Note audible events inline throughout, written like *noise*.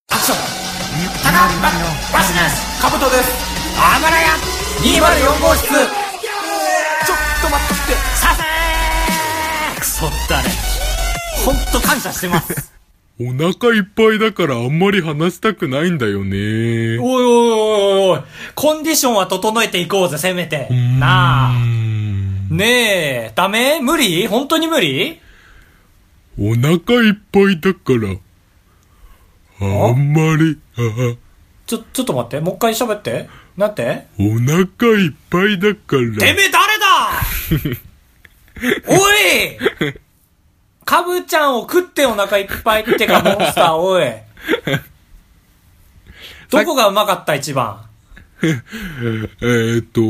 ョン高橋バシですカブトですあばらや204号室ちょっと待ってさせークソだね本当感謝してますお腹いっぱいだからあんまり話したくないんだよね。おいおいおいおいコンディションは整えていこうぜせめてなあねえダメ無理本当に無理お腹いっぱいだから、あんまり、 *laughs* あちょちょっと待ってもう一回喋ってなんてお腹いっぱいだから、てめえ誰だおいカブちゃんを食ってお腹いっぱいってか、モンスター、おい。どこがうまかった一番。えっ、と、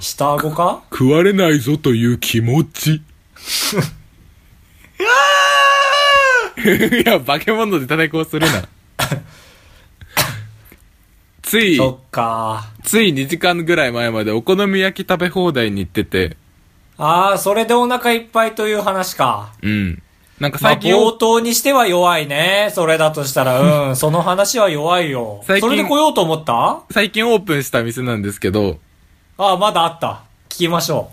下顎か食われないぞという気持 *laughs* ち。いや、化け物で叩こうする *laughs* な。つい、そっか。つい2時間ぐらい前までお好み焼き食べ放題に行ってて、ああ、それでお腹いっぱいという話か。うん。なんかま最あ、近、冒頭にしては弱いね。それだとした *laughs* ら、うん、その話は弱いよ。そ最近れで来ようと思ったあ最近オープンした店なんですけど、あ、まだあった。聞きましょ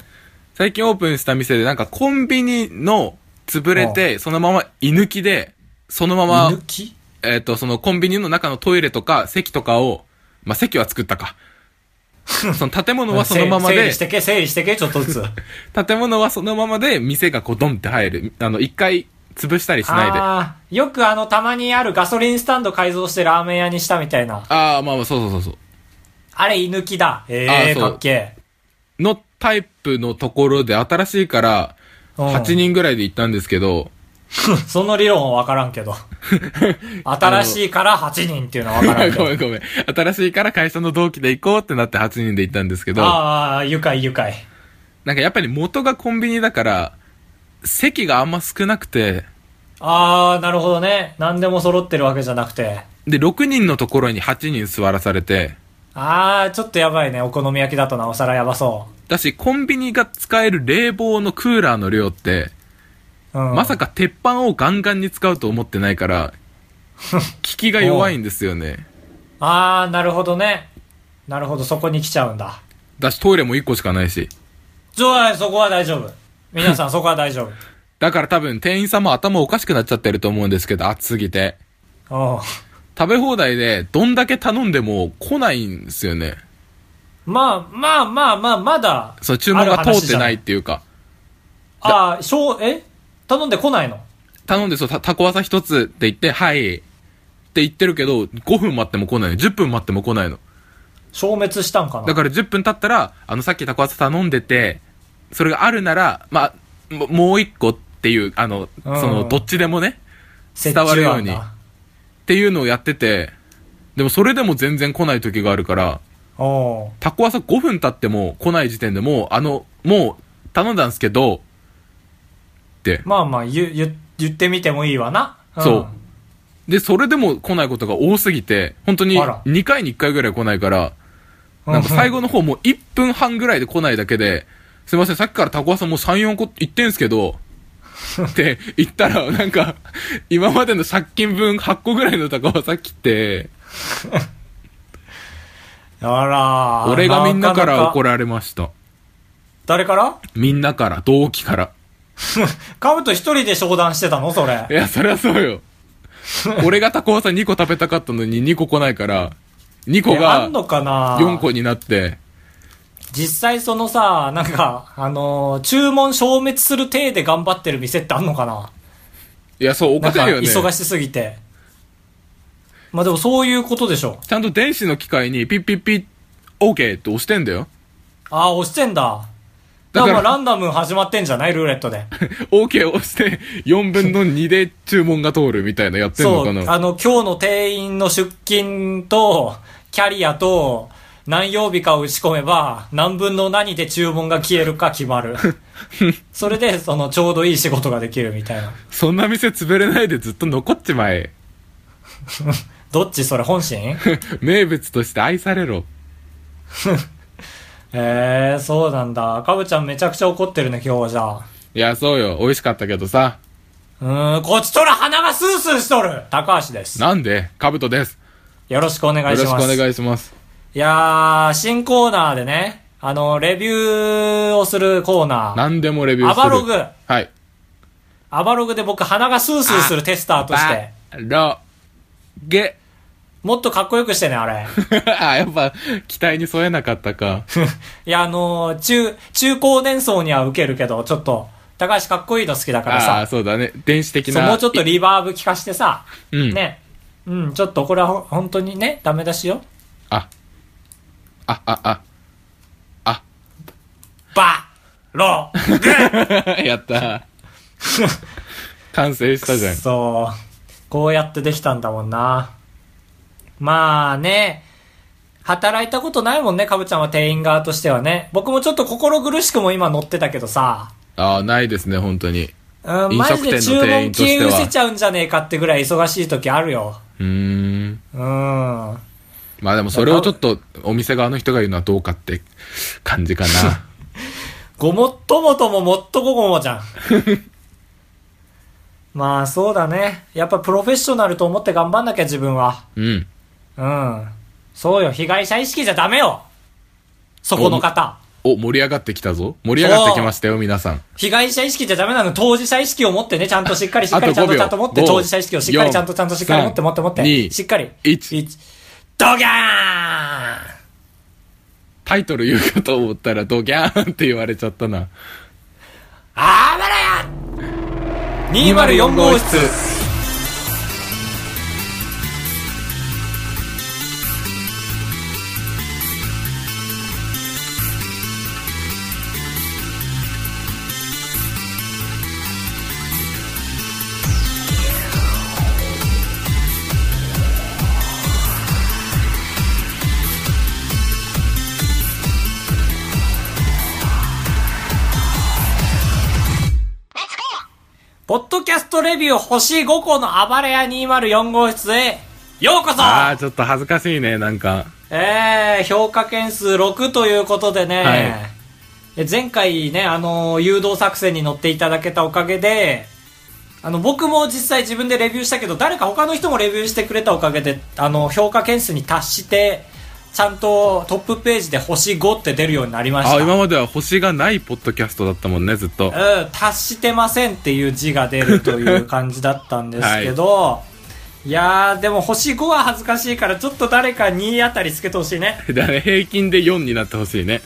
最近オープンした店でなんかコンビニの潰れて、そのまま居抜きで、そのまう。ま居抜、きえっ、と、そのコンビニの中のトイレとか席とかを、まあ、席は作っ *laughs* たか。その建物はそのまま整で理し、てけ、整理してけ、ちょっとずつ。建物はそのままで店がこうドンって入る。あの、一回潰したりしないで。ああーよくあの、たまにあるガソリンスタンド改造してラーメン屋にしたみたいな。あー、まあまあ、そうそうそうそう。あれ、居抜きだ。ええあーそうかっけのタイプのところで新しいから、え。うん8。人ぐらいで行ったんですけど、その理論はわからんけ *laughs* ど。新しいから8人っていうのはわからんけ *laughs* ごどめ。んごめん。新しいから会社の同期で行こうってなって8人で行ったんですけど、ああ、愉快愉快。なんかやっぱり元がコンビニだから、席があんま少なくて、ああ、なるほどね。何でも揃ってるわけじゃなくて。で、6人のところに8人座らされて、ああ、ちょっとやばいね。お好み焼きだとなおさらやばそだし、コンビニが使える冷房のクーラーの量って、う。うん。まさか鉄板をガンガンに使うと思ってないから、効きが弱いんですよね。ああ、なるほどね。なるほど、そこに来ちゃうんだ。だし、トイレも1個しかないし。じゃあ、そこは大丈夫。皆さん、そこは大丈夫。だから多分店員さんも頭おかしくなっちゃってると思うんですけど、暑すぎて。 *laughs* うん。食べ放題でどんだけ頼んでも来ないんですよね。まあまあまあまあ、まだ。その注文が通ってないっい。ていうか。ああ、しょう、え頼んでこないの頼んでそう、た、タコワサ一つって言って、はい。って言ってるけど、5分待っても来ないの。10分待っても来ないの。消滅したんかなだから10分経ったら、あの、さっきタコワサ頼んでて、それがあるなら、まあ、ももう一個っていう、あの、そうんの、どっちでもね、折伝わる衷よう案にだっていうのをやってて、でもそれでも全然来ない時があるから、おうタコワサ5分経っても来ない時点でもう、あの、もう、頼んだんですけど、って。まあまあ、ゆ、ゆ、言ってみてもいいわな。んそうで、それでも来ないことが多すぎて、本当にあら2回に1回ぐらい来ないから、うん。なんか最後の方もう1分半ぐらいで来ないだけで、すいません、さっきからタコワさんもう3、4個言ってんす *laughs* けど、って言ったら、なんか、今までの借金分8個ぐらいのタコワさ来て、あらー俺がみんなから怒れ。られました。誰からみんなから、同期から。カブト一人で商談してたのそれい。や、そりゃそ *laughs* うよ。俺がタコワさん2個食べたかったのに2個来ないから、2個えあがんのかな4個になって、実際そのさ、なんか、あのー注文消滅する体で頑張ってる店ってあんのかないや、そう、おなんかしいか、よね。忙しすぎて。まあでもそういうことでしょ。ちゃんと電子の機械にピッピッピッ、OK って押してんだよ。ああ、押してんだ。だだかかららランダム始まってんじゃないルーレット *laughs* で。 OK 押して、4分の2で注文が通るみたいなやってんそのう、かなあの、今日の店員の出勤と、キャリアと、何曜日かを打ち込めば、何分の何で注文が消えるか決ま *laughs* る。それで、その、ちょうどいい仕事ができるみたいな。そんな店潰れないでずっと残っちまえ。 *laughs* どっちそれ本心名物として愛されろ。えー、そうなんだ。かぶちゃんめちゃくちゃ怒ってるね、今日はじゃあ。いや、そうよ。美味しかったけどさ。うーん、こっちとら鼻がスースーしとる高橋です。なんで、カブトです。よろしくお願よいろししくおます。願いします。いやー、新コーナーでね、あの、レビューをするコーナー。何でもレビューする。アバログはい。アバログで僕鼻がスースーするテスターとして。バロゲ。 *laughs* もっとかっこよくしてね、あれ。あ、やっぱ、期待に添えなかったか。いや、あのー中、中高年層には受けるけど、ちょっと、高橋かっこいいの好きだからああ、さ、そうだね。電子的そう、な。もうちょっとリバーブ効かしてさ、うんね、うん、ちょっとこれはほ本当にね、ダメ出しよ。あ、あ、あ、 *laughs* バロあ。やった。 *laughs* 完成したじゃん。そう、こうやってできたんだもんな。まあね、働いたことないもんね、かぶちゃんは店員側としてはね。僕もちょっと心苦しくも今乗ってたけどさ、ああ、ないですね、本当に。うん、飲マ食ジで店注の店文員とし消てえは失せちゃうんじゃねえかってぐらい忙しい時あるよ。うーん。うん。まあでもそれをちょっとお店側の人が言うのはどうかって感じか *laughs* な。ごもっともとももっとごごもじ *laughs* ゃん。まあそうだね。やっぱプロフェッショナルと思って頑張んなきゃ自分は。うん。うん。そうよ、被害者意識じゃダメよそこの方。お、盛り上がってきたぞ。盛り上がってきましたよ、皆さん。被害者意識じゃダメなの。当事者意識を持ってね、ちゃんとしっかりしっかりあちゃとんと5秒ちゃんと持って、 5当事者意識をしっかり4ちゃんとちゃんとしっかり持って3持って持って、 2しっかり。 1一ドギャーンタイトル言うかと思ったらドギャーンって言われちゃったな。あばらや !204 号室ポッドキャストレビュー星5個のあばれや204号室へようこそああ、ちょっと恥ずかしいね、なんか。えー、評価件数6ということでね、はいえ前回ね、あのー誘導作戦に乗っていただけたおかげで、あの、僕も実際自分でレビューしたけど、誰か他の人もレビューしてくれたおかげで、あの、評価件数に達して、ちゃんとトップページで星5って出るようになりました。あ今までは星がないポッドキャストだったもんね、ずっと。うん、達してませんっていう字が出るという感じだったんですけど、い、やー、でも星5は恥ずかしいから、ちょっと誰か2あたりつけてほしいね。だから平均で4になってほしいね。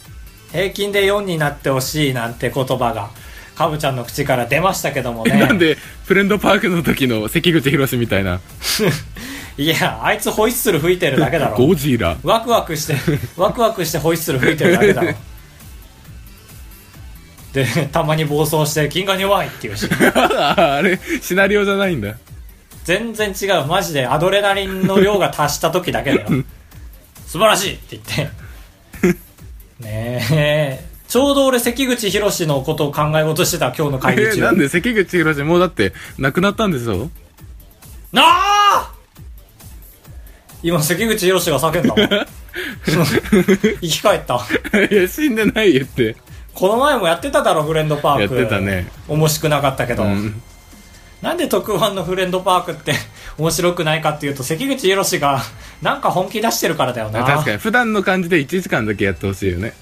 平均で4になってほしいなんて言葉が、かぶちゃんの口から出ましたけどもえね。なんで、フレンドパークの時の関口博士みたいな。いや、あいつホイッスル吹いてるだけだろ。ゴジ *laughs* ラ。 *laughs* ワクワクして、ワクワクしてホイッスル吹いてるだけだろ。で、たまに暴走して、金が弱いっていうし。あれ、シナリオじゃないんだ。全然違うマジでアドレナリンの量が達した時だけだよ素晴らしいって言ってねえちょうど俺関口宏のことを考え事してた今日の会議え中なんで関口博士もうだって亡くなったんでしょなあ今関口宏が叫んだも *laughs* ん生き返った *laughs* いや死んでないよってこの前もやってただろフレンドパークやってたね面白くなかったけど、うんなんで特番のフレンドパークって *laughs* 面白くないかっていうと関口宏が *laughs* なんか本気出してるからだよな確かに普段の感じで1時間だけやってほしいよね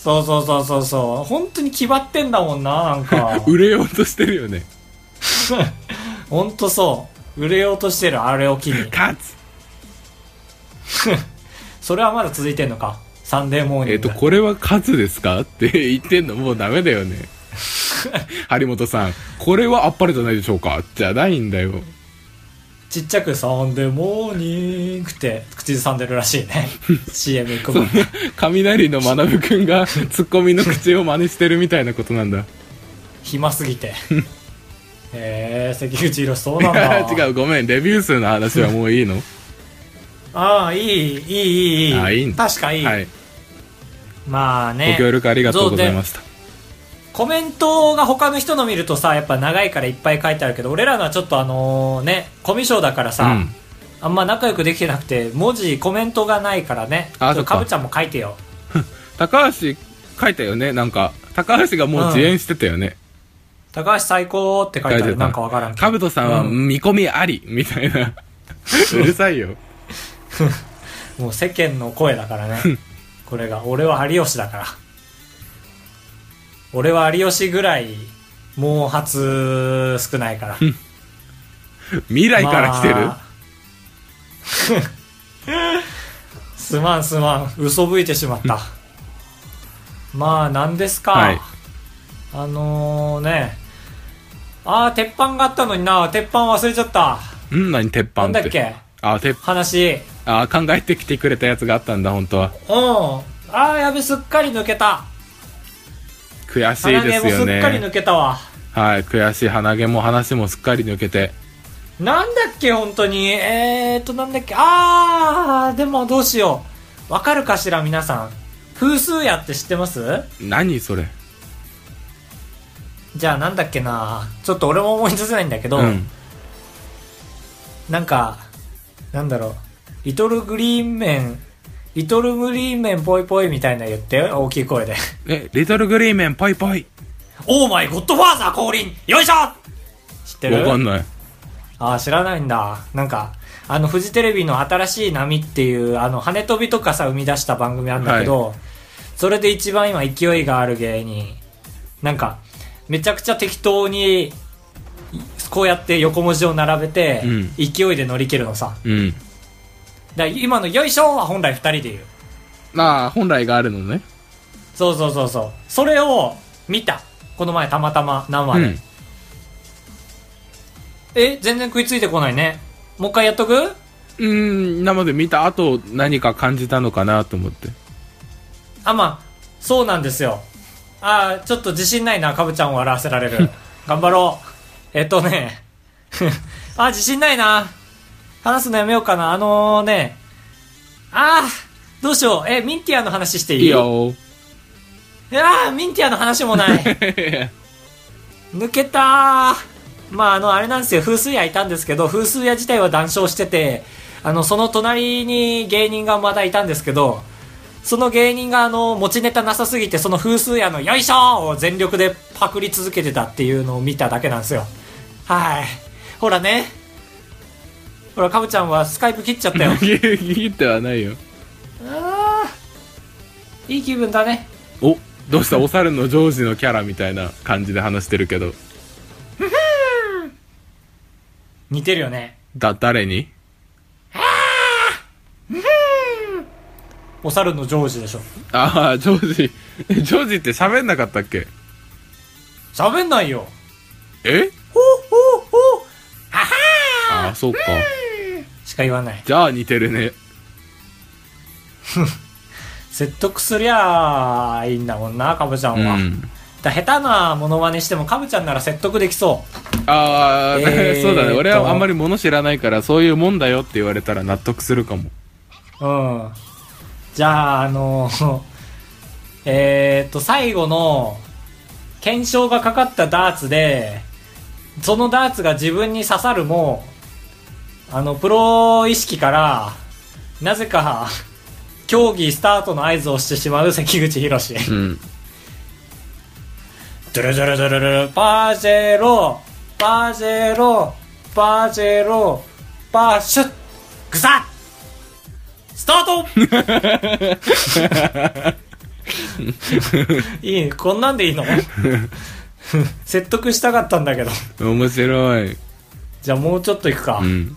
そうそうそうそうそう本当に気張ってんだもんななんか *laughs* 売れようとしてるよね本当そう売れようとしてるあれを機に勝つそれはまだ続いてんのかサンデーモーニえンっ、グ、とこれは勝つですかって *laughs* 言ってんのもうダメだよね *laughs* 張本さんこれはあっぱれじゃないでしょうかじゃないんだよ *laughs* ちっちゃく「サンデーモーニング」って口ずさんでるらしい *laughs* ね CM 行くもん雷の学くんがツッコミの口を真似してるみたいなことなんだ暇すぎて *laughs* へえ関口宏そうなんだ *laughs* 違うごめんレビュー数の話はもういいのああいいいいいいいあいいんだ確かいい、はいまあごね協力ありがとうございましたコメントが他の人の見るとさやっぱ長いからいっぱい書いてあるけど俺らのはちょっとあのねコミュ障だからさ、うんあんま仲良くできてなくて文字コメントがないからねあちょそっとっかかぶちゃんも書いてよ高橋書いたよねなんか高橋がもう遅延してたよね、高橋最高って書いてある。なんかわからんけど。かぶとさんは見込みあり、みたいな。うるさいよ。もう世間の声だからね。 *laughs* これが。俺は有吉だから。俺は有吉ぐらい、毛髪少ない *laughs* から。未来から来てる、まあ *laughs* すまんすまん嘘吹いてしまったまあ何ですか、はいあのねああ鉄板があったのにな鉄板忘れちゃったうん、何鉄な板って。んだっけあ、鉄板。話あ、考えてきてくれたやつがあったんだ、本当は。うんああやべすっかり抜けた悔しい鼻で毛すもすよっかりね。抜けたわ、はい、悔しい。鼻毛も話もすっかり抜けて。なんだっけ本当にえー、っとなんだっけああでもどうしようわかるかしら皆さん風数やって知ってます何それ。じゃあなんだっけなちょっと俺も思い出せないんだけど、うん。なんかなんだろうリトルグリーンメンリトルグリーンメンぽいぽいみたいな言って大きい声でえ、リトルグリーメン、ぽいぽい。オーマイゴッドファーザー降臨よいしょ知ってわかんるない。ああ知らないんだなんかあのフジテレビの新しい波っていうあの羽飛びとかさ生み出した番組あるんだけど、それで一番今勢いがある芸人なんかめちゃくちゃ適当にこうやって横文字を並べて、うん勢いで乗り切るのさうん。だから今の「よいしょ!」は本来2人で言うまあ、本来があるのね。そうそうそうそうそれを見たこの前たまたま生うで、ん。え全然食いついてこないねもう一回やっとくうん、なので見た後何か感じたのかなと思って。あまあそうなんですよあーちょっと自信ないなかぶちゃんを笑わせられ *laughs* る頑張ろうえっとね *laughs* あー自信ないな話すのやめようかなあのねあーどうしようえミンティアの話していいいいよ。いやーミンティアの話もない抜けたーまああのあれなんですよ風水屋いたんですけど風水屋自体は談笑しててあのその隣に芸人がまだいたんですけどその芸人があの持ちネタなさすぎてその風水屋の「よいしょ!」を全力でパクり続けてたっていうのを見ただけなんですよはいほらねほらかぶちゃんはスカイプ切っちゃ *laughs* ったよギリギリってはないよ。あーいい気分だねお、どうしたお猿のジョージのキャラみたいな感じで話してるけど。似てるよねだ、誰にお猿のジョージでしょああ、ジョージ。えジョージって喋んなかったっけ喋んないよえほうほうほうははああ、そうか。ーしか言わないじゃあ似てるね。説得すりゃあいいんだもんなカブちゃんうは、ん。だ下手なモノマネしてもカブちゃんなら説得できそうああ、えーそうだね。俺とはあんまり物知らないから、そういうもんだよって言われたら納得するかも。うんじゃああの *laughs* えーっと最後の検証がかかったダーツでそのダーツが自分に刺さるもあのプロ意識からなぜか *laughs* 競技スタートの合図をしてしまう関口博士うん。ドゥルドゥルドゥルドゥルパージェロパージェロパージェロパーシュッグサッスタートいいこんなんでいいの *laughs* 説得したかったんだけど面白い。じゃあもうちょっといくか、うん。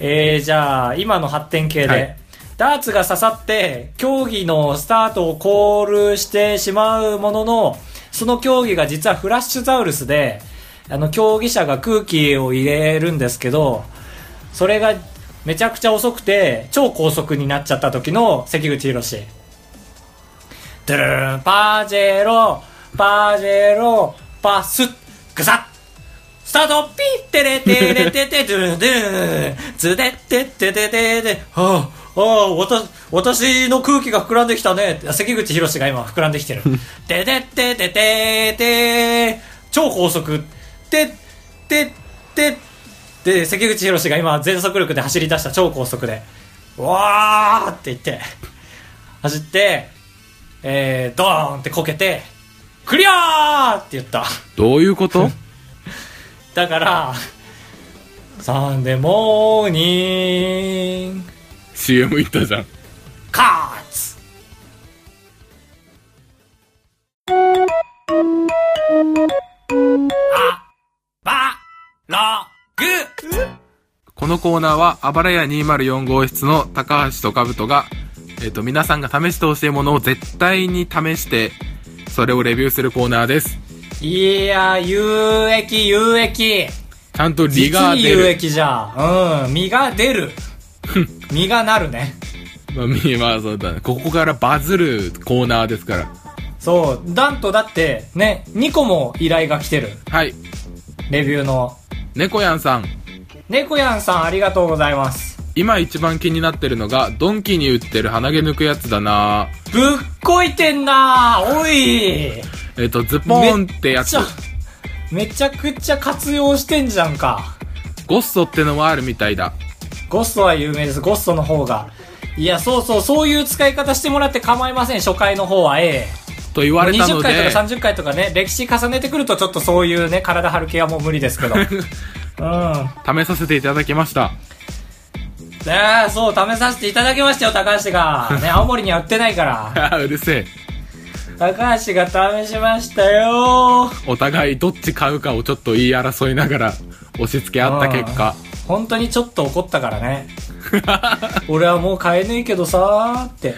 えー、じゃあ今の発展系で、はいダーツが刺さって競技のスタートをコールしてしまうもののその競技が実はフラッシュザウルスであの競技者が空気を入れるんですけどそれがめちゃくちゃ遅くて超高速になっちゃった時の関口宏ドゥルルルンパージェロパージェロパスッグサッスタートピッテレテレテテドゥルンドゥルンズデッテッテテテテああ、ああ、わた、私の空気が膨らんできたね。関口宏が今膨らんできてる。テテテテテテ超高速。テテテで、関口宏が今全速力で走り出した超高速で、わーって言って、走って、えー、ドーンってこけて、クリアーって言ったどういうことだからサンデーモーニング ?CM 行ったじゃん。カーツあばログこのコーナーは、あばらや204号室の高橋と兜が、えっ、と、皆さんが試してほしいものを絶対に試して、それをレビューするコーナーです。いやー有益有益ちゃんと利実がに出有る。益じゃんうん実が出 *laughs* る実がなるねまあ、みまあ、そうだね。ここからバズるコーナーですから。そうなんとだってね2個も依頼が来てるはい。レビューの猫やんさん。猫やんさんありがとうございます今一番気になってるのが、ドンキに売ってる鼻毛抜くやつだなぶっこいてんなーおいえっ、と、ズポーンってやつめっ。めちゃくちゃ活用してんじゃんかゴッソってのもあるみたいだ。ゴストは有名ですゴストの方がいやそうそうそういう使い方してもらって構いません初回の方はええと言われたの20で。回とか30回とかね歴史重ねてくるとちょっとそういうね体張る系はもう無理ですけ *laughs* どうん試させていただきました *laughs* ねえそう試させていただきましたよ高橋がね青森には売ってないからあーうるせえ高橋が試しましたよお互いどっち買うかをちょっと言い争いながら押し付け合った結果本当にちょっと怒ったからね *laughs* 俺はもう買えねえけどさーって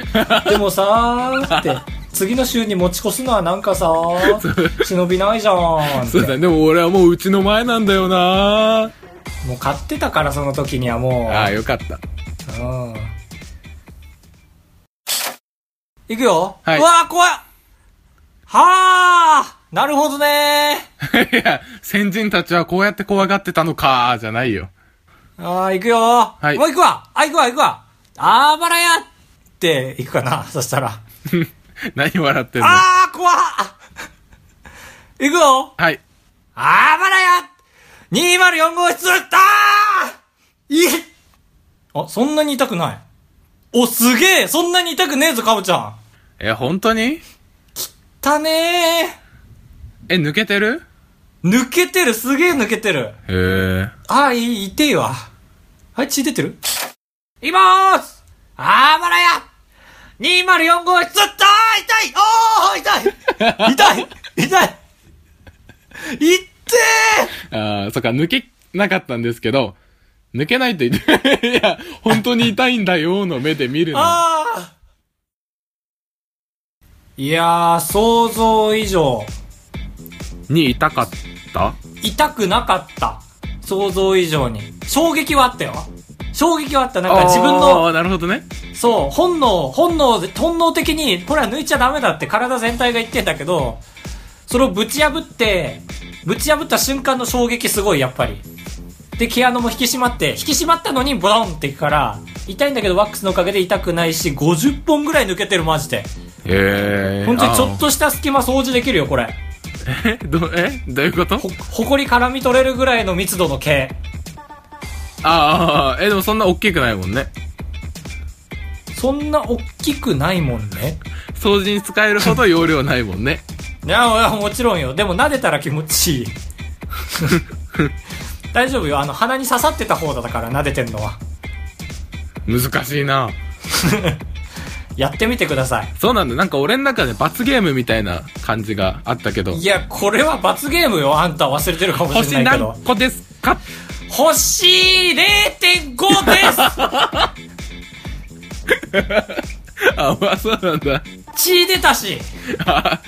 でもさーって次の週に持ち越すのはなんかさー忍びないじゃんってそうだねでも俺はもううちの前なんだよなもう買ってたからその時にはもうああよかった *laughs* うんいくよ、はいうわー怖いはあなるほどねいや先人たちはこうやって怖がってたのかーじゃないよ *laughs* ーあーいくよー、はいもう行くわあ行くわ行くわあばらやって行くかなそしたら何笑ってんのあー怖っ行くよはいあばらや !204 号室だーいっあ、そんなに痛くない。お、すげえそんなに痛くねえぞ、かぼちゃん。え本当にたねえ抜けてるー。抜けてる、すげえ抜けてる。へえあー、いい、痛いわ。はい、血出てるいまーすあばらや !204 号室だー痛いおー痛い痛い痛い痛いってーああそっか抜けなかったんですけど抜けないと言って *laughs* いや本当に痛いんだよーの目で見るのああいやー、想像以上。に痛かった痛くなかった。想像以上に。衝撃はあったよ。衝撃はあった。なんか自分あの、ーなるほどねそう、本能、本能で、本能的に、これは抜いちゃダメだって体全体が言ってんだけど、それをぶち破って、ぶち破った瞬間の衝撃すごい、やっぱり。で、毛穴も引き締まって、引き締まったのにボロンっていくから、痛いんだけどワックスのおかげで痛くないし、50本ぐらい抜けてる、マジで。へえ。本当にちょっとした隙間掃除できるよこれあ。え、ど、えどういうことほほこり絡み取れるぐらいの密度の毛ああ、え、でもそんな大きくないもんね。そんな大きくないもんね掃除に使えるほど容量ないもんね。いやいやもちろんよでも撫でたら気持ちいい *laughs* 大丈夫よあの鼻に刺さってた方だから撫でてんのは難しいな。やってみてくださいそうなんだ。なんか俺の中で罰ゲームみたいな感じがあったけどい。やこれは罰ゲームよあんた忘れてるかもし星れないけど何個ですか星0.5であ、まあそうなんだ。す血出たしあ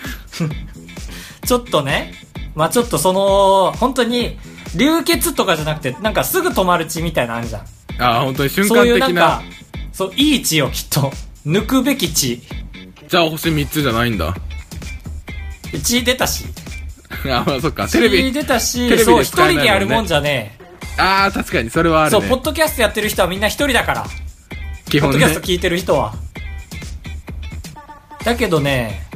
ちょっとね、まあちょっとその、本当に、流血とかじゃなくて、なんかすぐ止まる血みたいなのあるじゃん。あ、本当に瞬そ間ういうな的んなか。、そう、いい血をきっと、抜くべき血。じゃあ星3つじゃないんだ。 *laughs* 血出たし。あ、まあそっか。テレ血ビ。出たし、テレビでそう、一使えないも人んねでやるもんじゃねえ。ああ、確かにそれはあそるう、ポッね。ドキャストやってる人はみんな一人だから。基ポッ本ドねキャ。スト聞いてる人は。だけどね、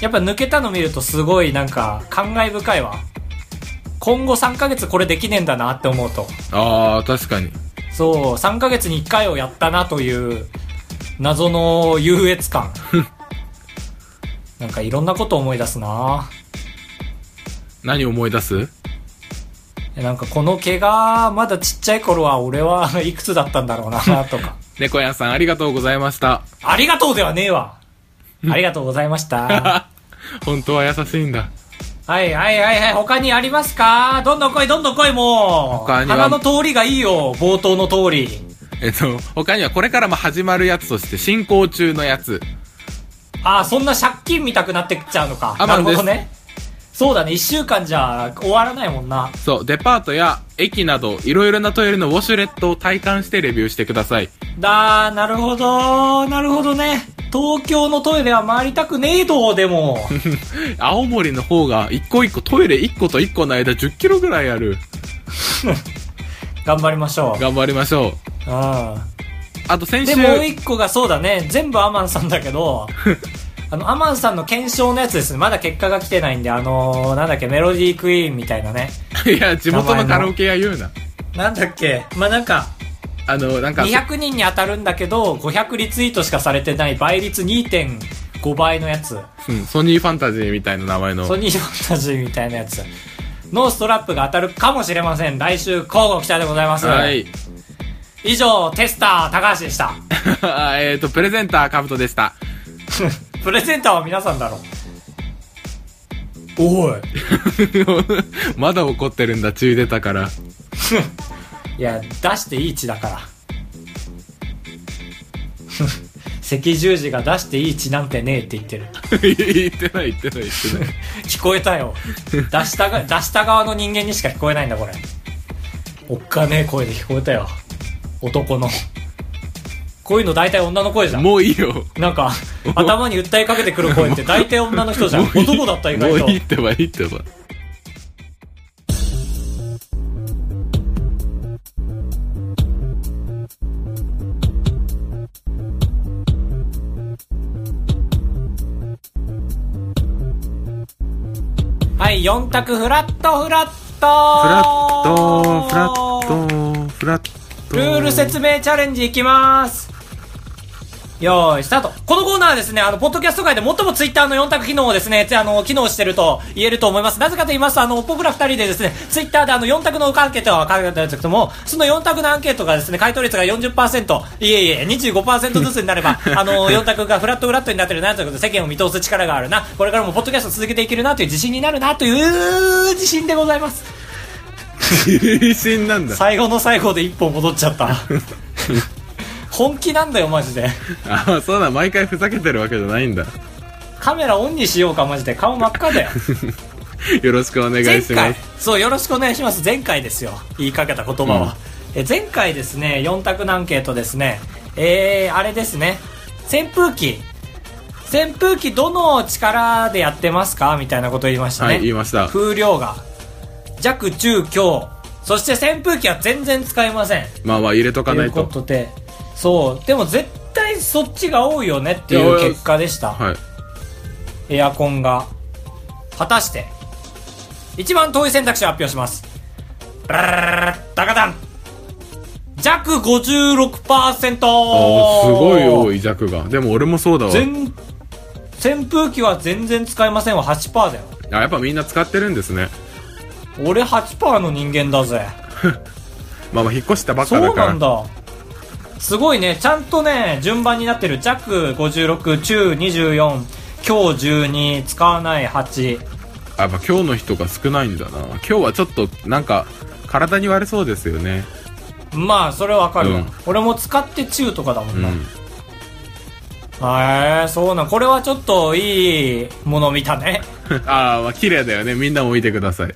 やっぱ抜けたの見るとすごいなんか、感慨深いわ。今後3ヶ月これできねえんだなって思うと。ああ、確かに。そう、3ヶ月に1回をやったなという、謎の優越感。なんかいろんなこと思い出すな何思い出すえなんかこの毛がまだちっちゃい頃は俺はい *laughs* くつだったんだろうなとか猫屋さんありがとうございました。ありがとうではねえわありがとうございました本当は優しいんだ。はいはいはいはい他にありますかどんどん来いどんどん来いもう他には鼻の通りがいいよ冒頭の通りえっと、他にはこれからも始まるやつとして進行中のやつ。ああそんな借金見たくなってきちゃうのかアなマるンほですどねそうだね1週間じゃ終わらないもんなそう、デパートや駅など、いろいろなトイレのウォシュレットを体感してレビューしてください。だーなるほどなるほどね東京のトイレは回りたくねえどで *laughs* も青森の方が、一個一個、トイレ一個と一個の間10キロぐらいある。頑張りましょう頑張りましょう。うんあと先で週、もう一個がそうだね全部アマンさんだけ *laughs* どあのアマンさんの検証のやつですねまだ結果が来てないんであのー、なんだっけメロディークイーンみたいなねいや、地元のカラオケ屋言うな。なんだっけまあなんかあの、なんか、 200人に当たるんだけど500リツイートしかされてない倍率2.5倍のやつうんソニーファンタジーみたいな名前の。ソニーファンタジーみたいなやつのストラップが当たるかもしれません来週交互期待でございます、はい。 *laughs* 以上テスター高橋でしたえっと、プレゼンター、カブトでした。 *laughs* プレゼンターは皆さんだろうおいまだ怒ってるんだ、注意出たから。 *laughs* いや出していい血だから *laughs* 赤十字が出していい血なんてねえって言ってる言ってない、言ってない、言ってない。聞こえたよ出した *laughs* が出した側の人間にしか聞こえないんだこれおっかねえ声で聞こえたよ男のこういうの大体女の声じゃんもういいよ。なんか頭に訴えかけてくる声って大体女の人じゃんもういい男だった意外ともういいってば、いいってば。はい4択フラットフラットフフラット、フラット、フラット。ルール *laughs* 説明チャレンジいきますよーい、スタート。このコーナーはですね、あの、ポッドキャスト界で最もツイッターの4択機能をですね、つあの、機能してると言えると思います。なぜかと言いますと、あの、僕ら2人でですね、ツイッターであの、4択のアンケートは書いてあるんですけども、その4択のアンケートがですね、回答率が40%、いえいえ、25%ずつになれば、あの、4択がフラットフラットになってるなということで、世間を見通す力があるな、これからもポッドキャスト続けていけるなという自信になるなという自信でございます。自信なんだ。最後の最後で一本戻っちゃった本気なんだよマジでああ、そうだ、毎回ふざけてるわけじゃないんだ。カメラオンにしようかマジで顔真っ赤だよよろしくお願前いしま回す。そうよろしくお願いします前回ですよ言いかけた言葉は、え前回ですね4択のアンケートですねえー、あれですね扇風機扇風機どの力でやってますかみたいなこと言いましたね、はい、言いました。風量が弱中強そして扇風機は全然使いませんまあまあ、入れとかとないいう。こととでそうでも絶対そっちが多いよねっていいやういや結果でしたはい。エアコンが果たして一番遠い選択肢を発表しますララララララダカダン弱56%ああ、すごい多いい、弱が。でも俺もそうだわ。全扇風機は全然使いませんは8%だよあやっぱみんな使ってるんですね。俺8%の人間だぜまあまあ、引っ越したばっそかだうから。なんだすごいねちゃんとね順番になってる弱56中24強12使わない8あ、まあ、今日の人が少ないんだな。今日はちょっと、なんか、体に悪そうですよね。まあそれわかるわ、うん俺も使って中とかだもうんな、ん。へえそうなんこれはちょっといいもの見たね、 *laughs* ああ、まあ、綺麗だよね。みんなも見てください。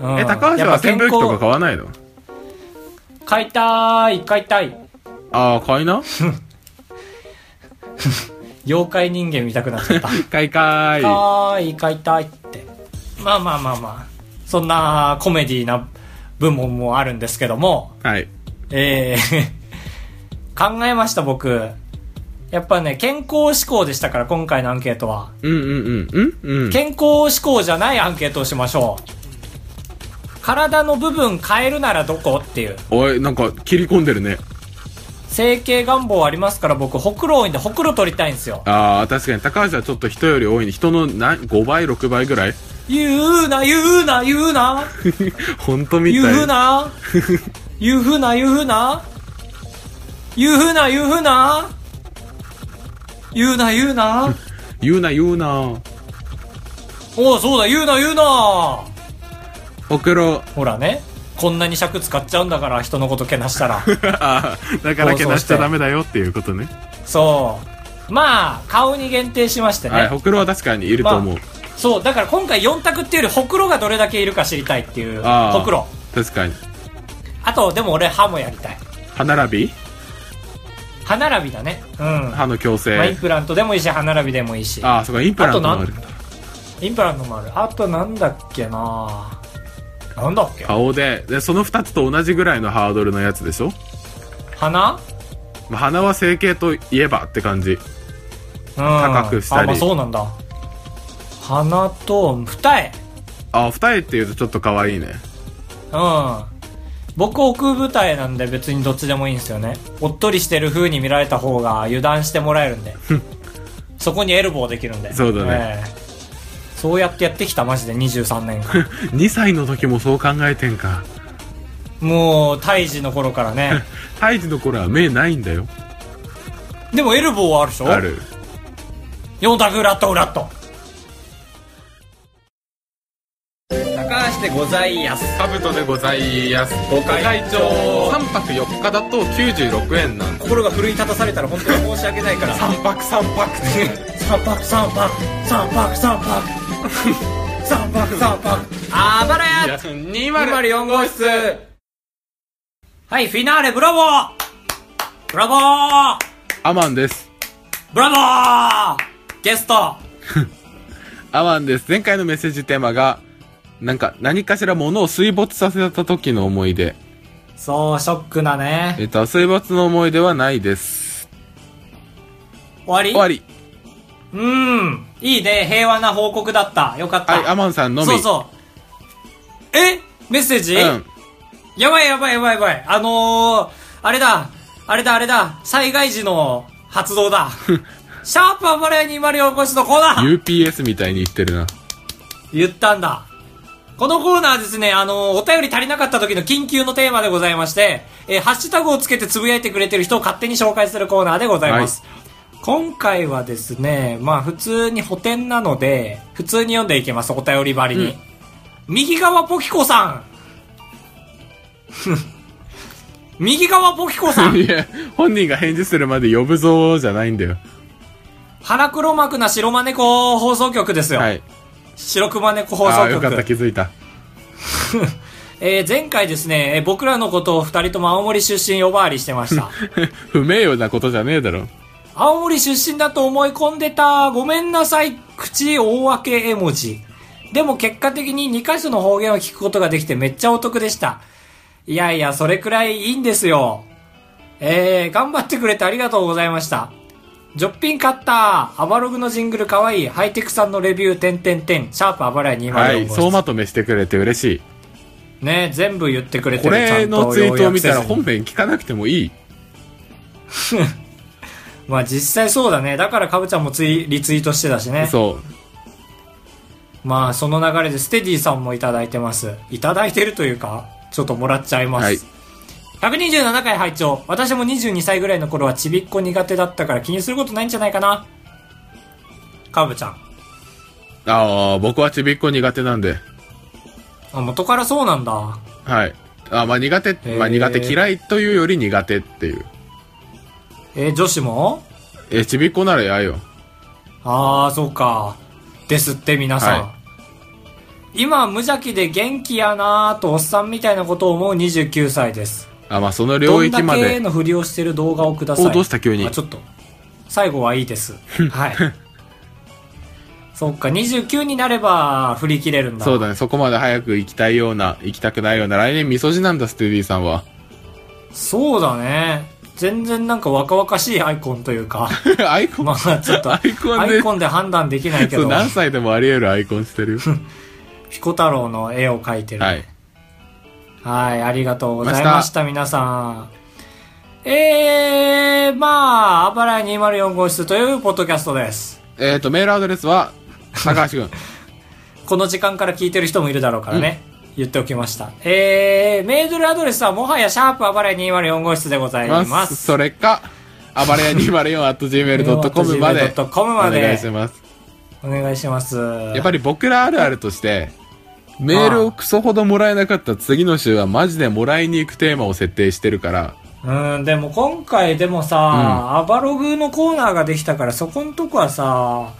うんえ、高橋やはっぱ健扇風機康とか買わないの買いたい買いたいああ、買いな妖怪人間見たくなっ *laughs* ちゃった買いかーい。かーい買いたいってまあまあまあまあそんなコメディな部門もあるんですけどもはい。えー *laughs* 考えました僕やっぱね健康志向でしたから今回のアンケートは、うんうんうん。うんうん。健康志向じゃないアンケートをしましょう体の部分変えるならどこっていうおい、なんか、切り込んでるね。整形願望ありますから僕ほくろ多いんでほくろ取りたいんですよああ、確かに高橋はちょっと人より多いね。人のな5倍、6倍ぐらい *laughs* 言うな言うな言うな本当み言たうい。な言うな言うな言うな言うな言うな言うな *laughs* 言うな、言うな。おうそうだ言うな言うなおけろ。ほらねこんなに尺使っちゃうんだから人のことけなした *laughs* らああだからけなしちゃダメだよっていうことね。そうまあ顔に限定しましてね、はい、ほくろは確かにいると思う。そうだから今回4択っていうよりほくろがどれだけいるか知りたいっていうああほくろ確かに。あとでも俺歯もやりたい歯並び歯並びだねうん歯の矯まあ、イン正。プラントでもいいし歯並びでもいいしああ、そこインプラントもあるんだ。インプラントもあるあとなんだっけななんだっけ顔で。で、その二つと同じぐらいのハードルのやつでしょ鼻まあ鼻は整形といえばって感じ。高くしたりあ、まあ、そうなんだ鼻と二重ああ、二重って言うとちょっと可愛いね。 *laughs* うん僕奥舞台なんで別にどっちでもいいんですよねおっとりしてる風に見られた方が油断してもらえるん *laughs* でそこにエルボーできるんでそうだね、ええそうやってやってきたマジで23年間 *laughs* 2歳の時もそう考えてんか。もう胎児の頃からね胎児の頃は目ないんだよ。でもエルボーはあるでしょある。 4択裏と裏と高橋でございやすカブトでございやす。ご会長3泊4日だと96円なんだ。心が奮い立たされたら本当に申し訳ないから3泊3泊って。三泊三泊三泊三泊三泊三泊あばらや204号室はいフィナーレブラボーブラボーアマンです。ブラボーゲストアマンです。前回のメッセージテーマが、なんか、何かしら物を水没させた時の思い出。そうショックだねえっと、水没の思い出はないです。終わり終わり。うーんいいね平和な報告だったよかった、はい、アマンさんのみ。そうそうえメッセージ、うん。やばいやばいやばいやばい。あのー、あれだ、あれだあれだ、災害時の発動だ。シャープ暴れ204号室のコーナー UPS みたいに言ってるな。言ったんだ。このコーナーはですね、あのー、お便り足りなかった時の緊急のテーマでございまして、えーハッシュタグをつけてつぶやいてくれてる人を勝手に紹介するコーナーでございます。今回はですね、まあ普通に補填なので、普通に読んでいけます、お便りばりに。右側ポキコさん *laughs* 右側ポキコさん *laughs* いや、本人が返事するまで呼ぶぞーじゃないんだよ。腹黒幕な白マネコ放送局ですよ。はい。白熊猫放ああ送ー、よかった、局。気づいた。 *laughs* えー前回ですね、えー僕らのことを二人とも青森出身呼ばわりしてま *laughs* した。不名誉なことじゃねえだろ。青森出身だと思い込んでた。ごめんなさい。口大開け絵文字。でも結果的に2箇所の方言を聞くことができてめっちゃお得でした。いやいや、それくらいいいんですよ。えー、頑張ってくれてありがとうございました。ジョッピン買った。アバログのジングルかわいい。ハイテクさんのレビュー、点点点。シャープアバラヤ204号は室。い、総まとめしてくれて嬉しい。ね全部言ってくれてこるちゃれんとのツイートを見たら要約せずに本編聞かなくてもいい。まあ実際そうだねだからかぶちゃんもツイリツイートしてたしねそう。まあその流れでステディさんもいただいてますいただいてるというかちょっともらっちゃいます、はい127回拝聴私も22歳ぐらいの頃はちびっこ苦手だったから気にすることないんじゃないかなかぶちゃんああ、僕はちびっこ苦手なんで。あ元からそうなんだはい。あまあ苦手、まあへー苦手嫌いというより苦手っていう。え女子もえ、ちびっこならやよ。ああそうかですって皆さん、は今無邪気で元気やなーとおっさんみたいなことを思う29歳ですあ、まあそのど領ん域だまけで。のふりをしてる動画をくださいおどうした急にあちょっと最後はいいですはいそっか29になれば振り切れるんだそうだね、そこまで早く行きたいような、行きたくないような、来年みそじなんだ、ステディさんは。 *laughs* そうだね全然なんか若々しいアイコンという *laughs* かアイコン、まあちょっとアイコンアでイコンで判断できないけそうど何歳でもあり得るアイコン *laughs* してるよ。ピコ太郎の絵を描いてるはい。はい、ありがとうございました、皆さん。えー、まあ、あばらや204号室というポッドキャストです。えっ、と、メールアドレスは、高橋くん。この時間から聞いてる人もいるだろうからね。言っておきました。えー、メールアドレスはもはやシャープあばれ204号室でございま。ますす。それか、あばれや 204.gmail.com まで。 gmail.com までお願いします。お願いします。ややっぱり僕らあるあるとして、メールをクソほどもらえなかった次の週はマジでもらいに行くテーマを設定してるから、うん、でも今回でもさ、アバログのコーナーができたからそこんとこはさ、も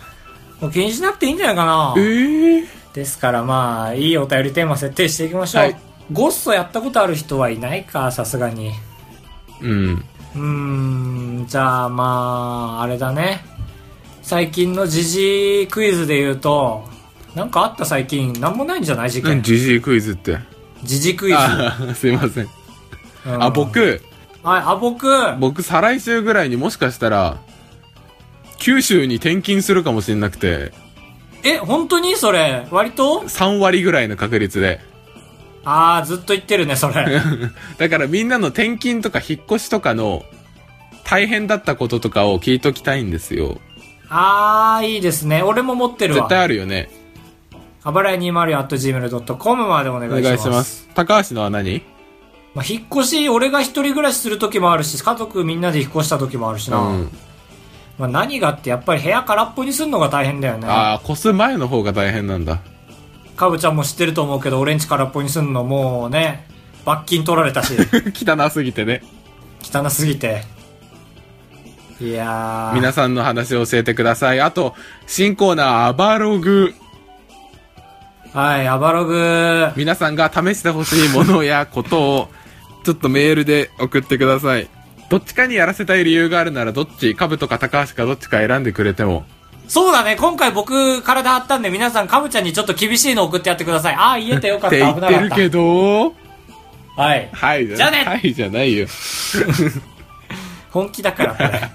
う気にしなくていいんじゃないかな。ええですからまあ、いいお便りテーマ設定していきましょう。はいゴッソやったことある人はいないか、さすがに。うん。うーん、じゃあまあ、あれだね。最近の時事クイズで言うと、なんかあった最近、なんもないんじゃない事何件。ジジイクイズって。時事クイズ。あーすいません。うんあ、。僕、はい、あ、僕。僕再来週ぐらいにもしかしたら、九州に転勤するかもしれなくて、え、本当にそれ。割と3割ぐらいの確率で。 *laughs* あー、ずっと言ってるね、それ。だからみんなの転勤とか引っ越しとかの大変だったこととかを聞いときたいんですよ。あー、いいですね。俺も持ってる絶わ。対あるよね。あばらい 204.gmail.com までお願いしおます。願いします。高橋のは何まあ、引っ越し、俺が一人暮らしする時もあるし、家族みんなで引っ越した時もあるしうな。ん。まあ、何がってやっぱり部屋空っぽにするのが大変だよね。ああ、越す前の方が大変なんだ。 *laughs* かぶちゃんも知ってると思うけど、俺んち空っぽにすんのもうね、罰金取られた *laughs* し、汚すぎてね。汚すぎて。いやー。皆さんの話を教えてください。あと、新コーナー、アバログ。はい、アバログ。皆さんが試してほしいものやことを、 *laughs* ちょっとメールで送ってください。どっちかにやらせたい理由があるなら、どっち、カブとか高橋かどっちか選んでくれても。そうだね、今回僕体張ったんで皆さんかぶちゃんにちょっと厳しいの送ってやってください。あー、言えてよかった、って危言なってかっるた。けど、はい。はい、じゃあねはい、じゃないよ。本気だから、これ。